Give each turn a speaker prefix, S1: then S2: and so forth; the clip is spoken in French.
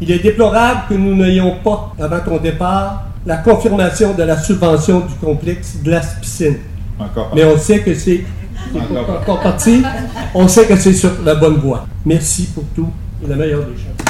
S1: Il est déplorable que nous n'ayons pas, avant ton départ, la confirmation de la subvention du complexe glace-piscine.
S2: Encore pas.
S1: Mais on sait que c'est
S2: Encore pas.
S1: encore parti. On sait que c'est sur la bonne voie. Merci pour tout et la meilleure des choses.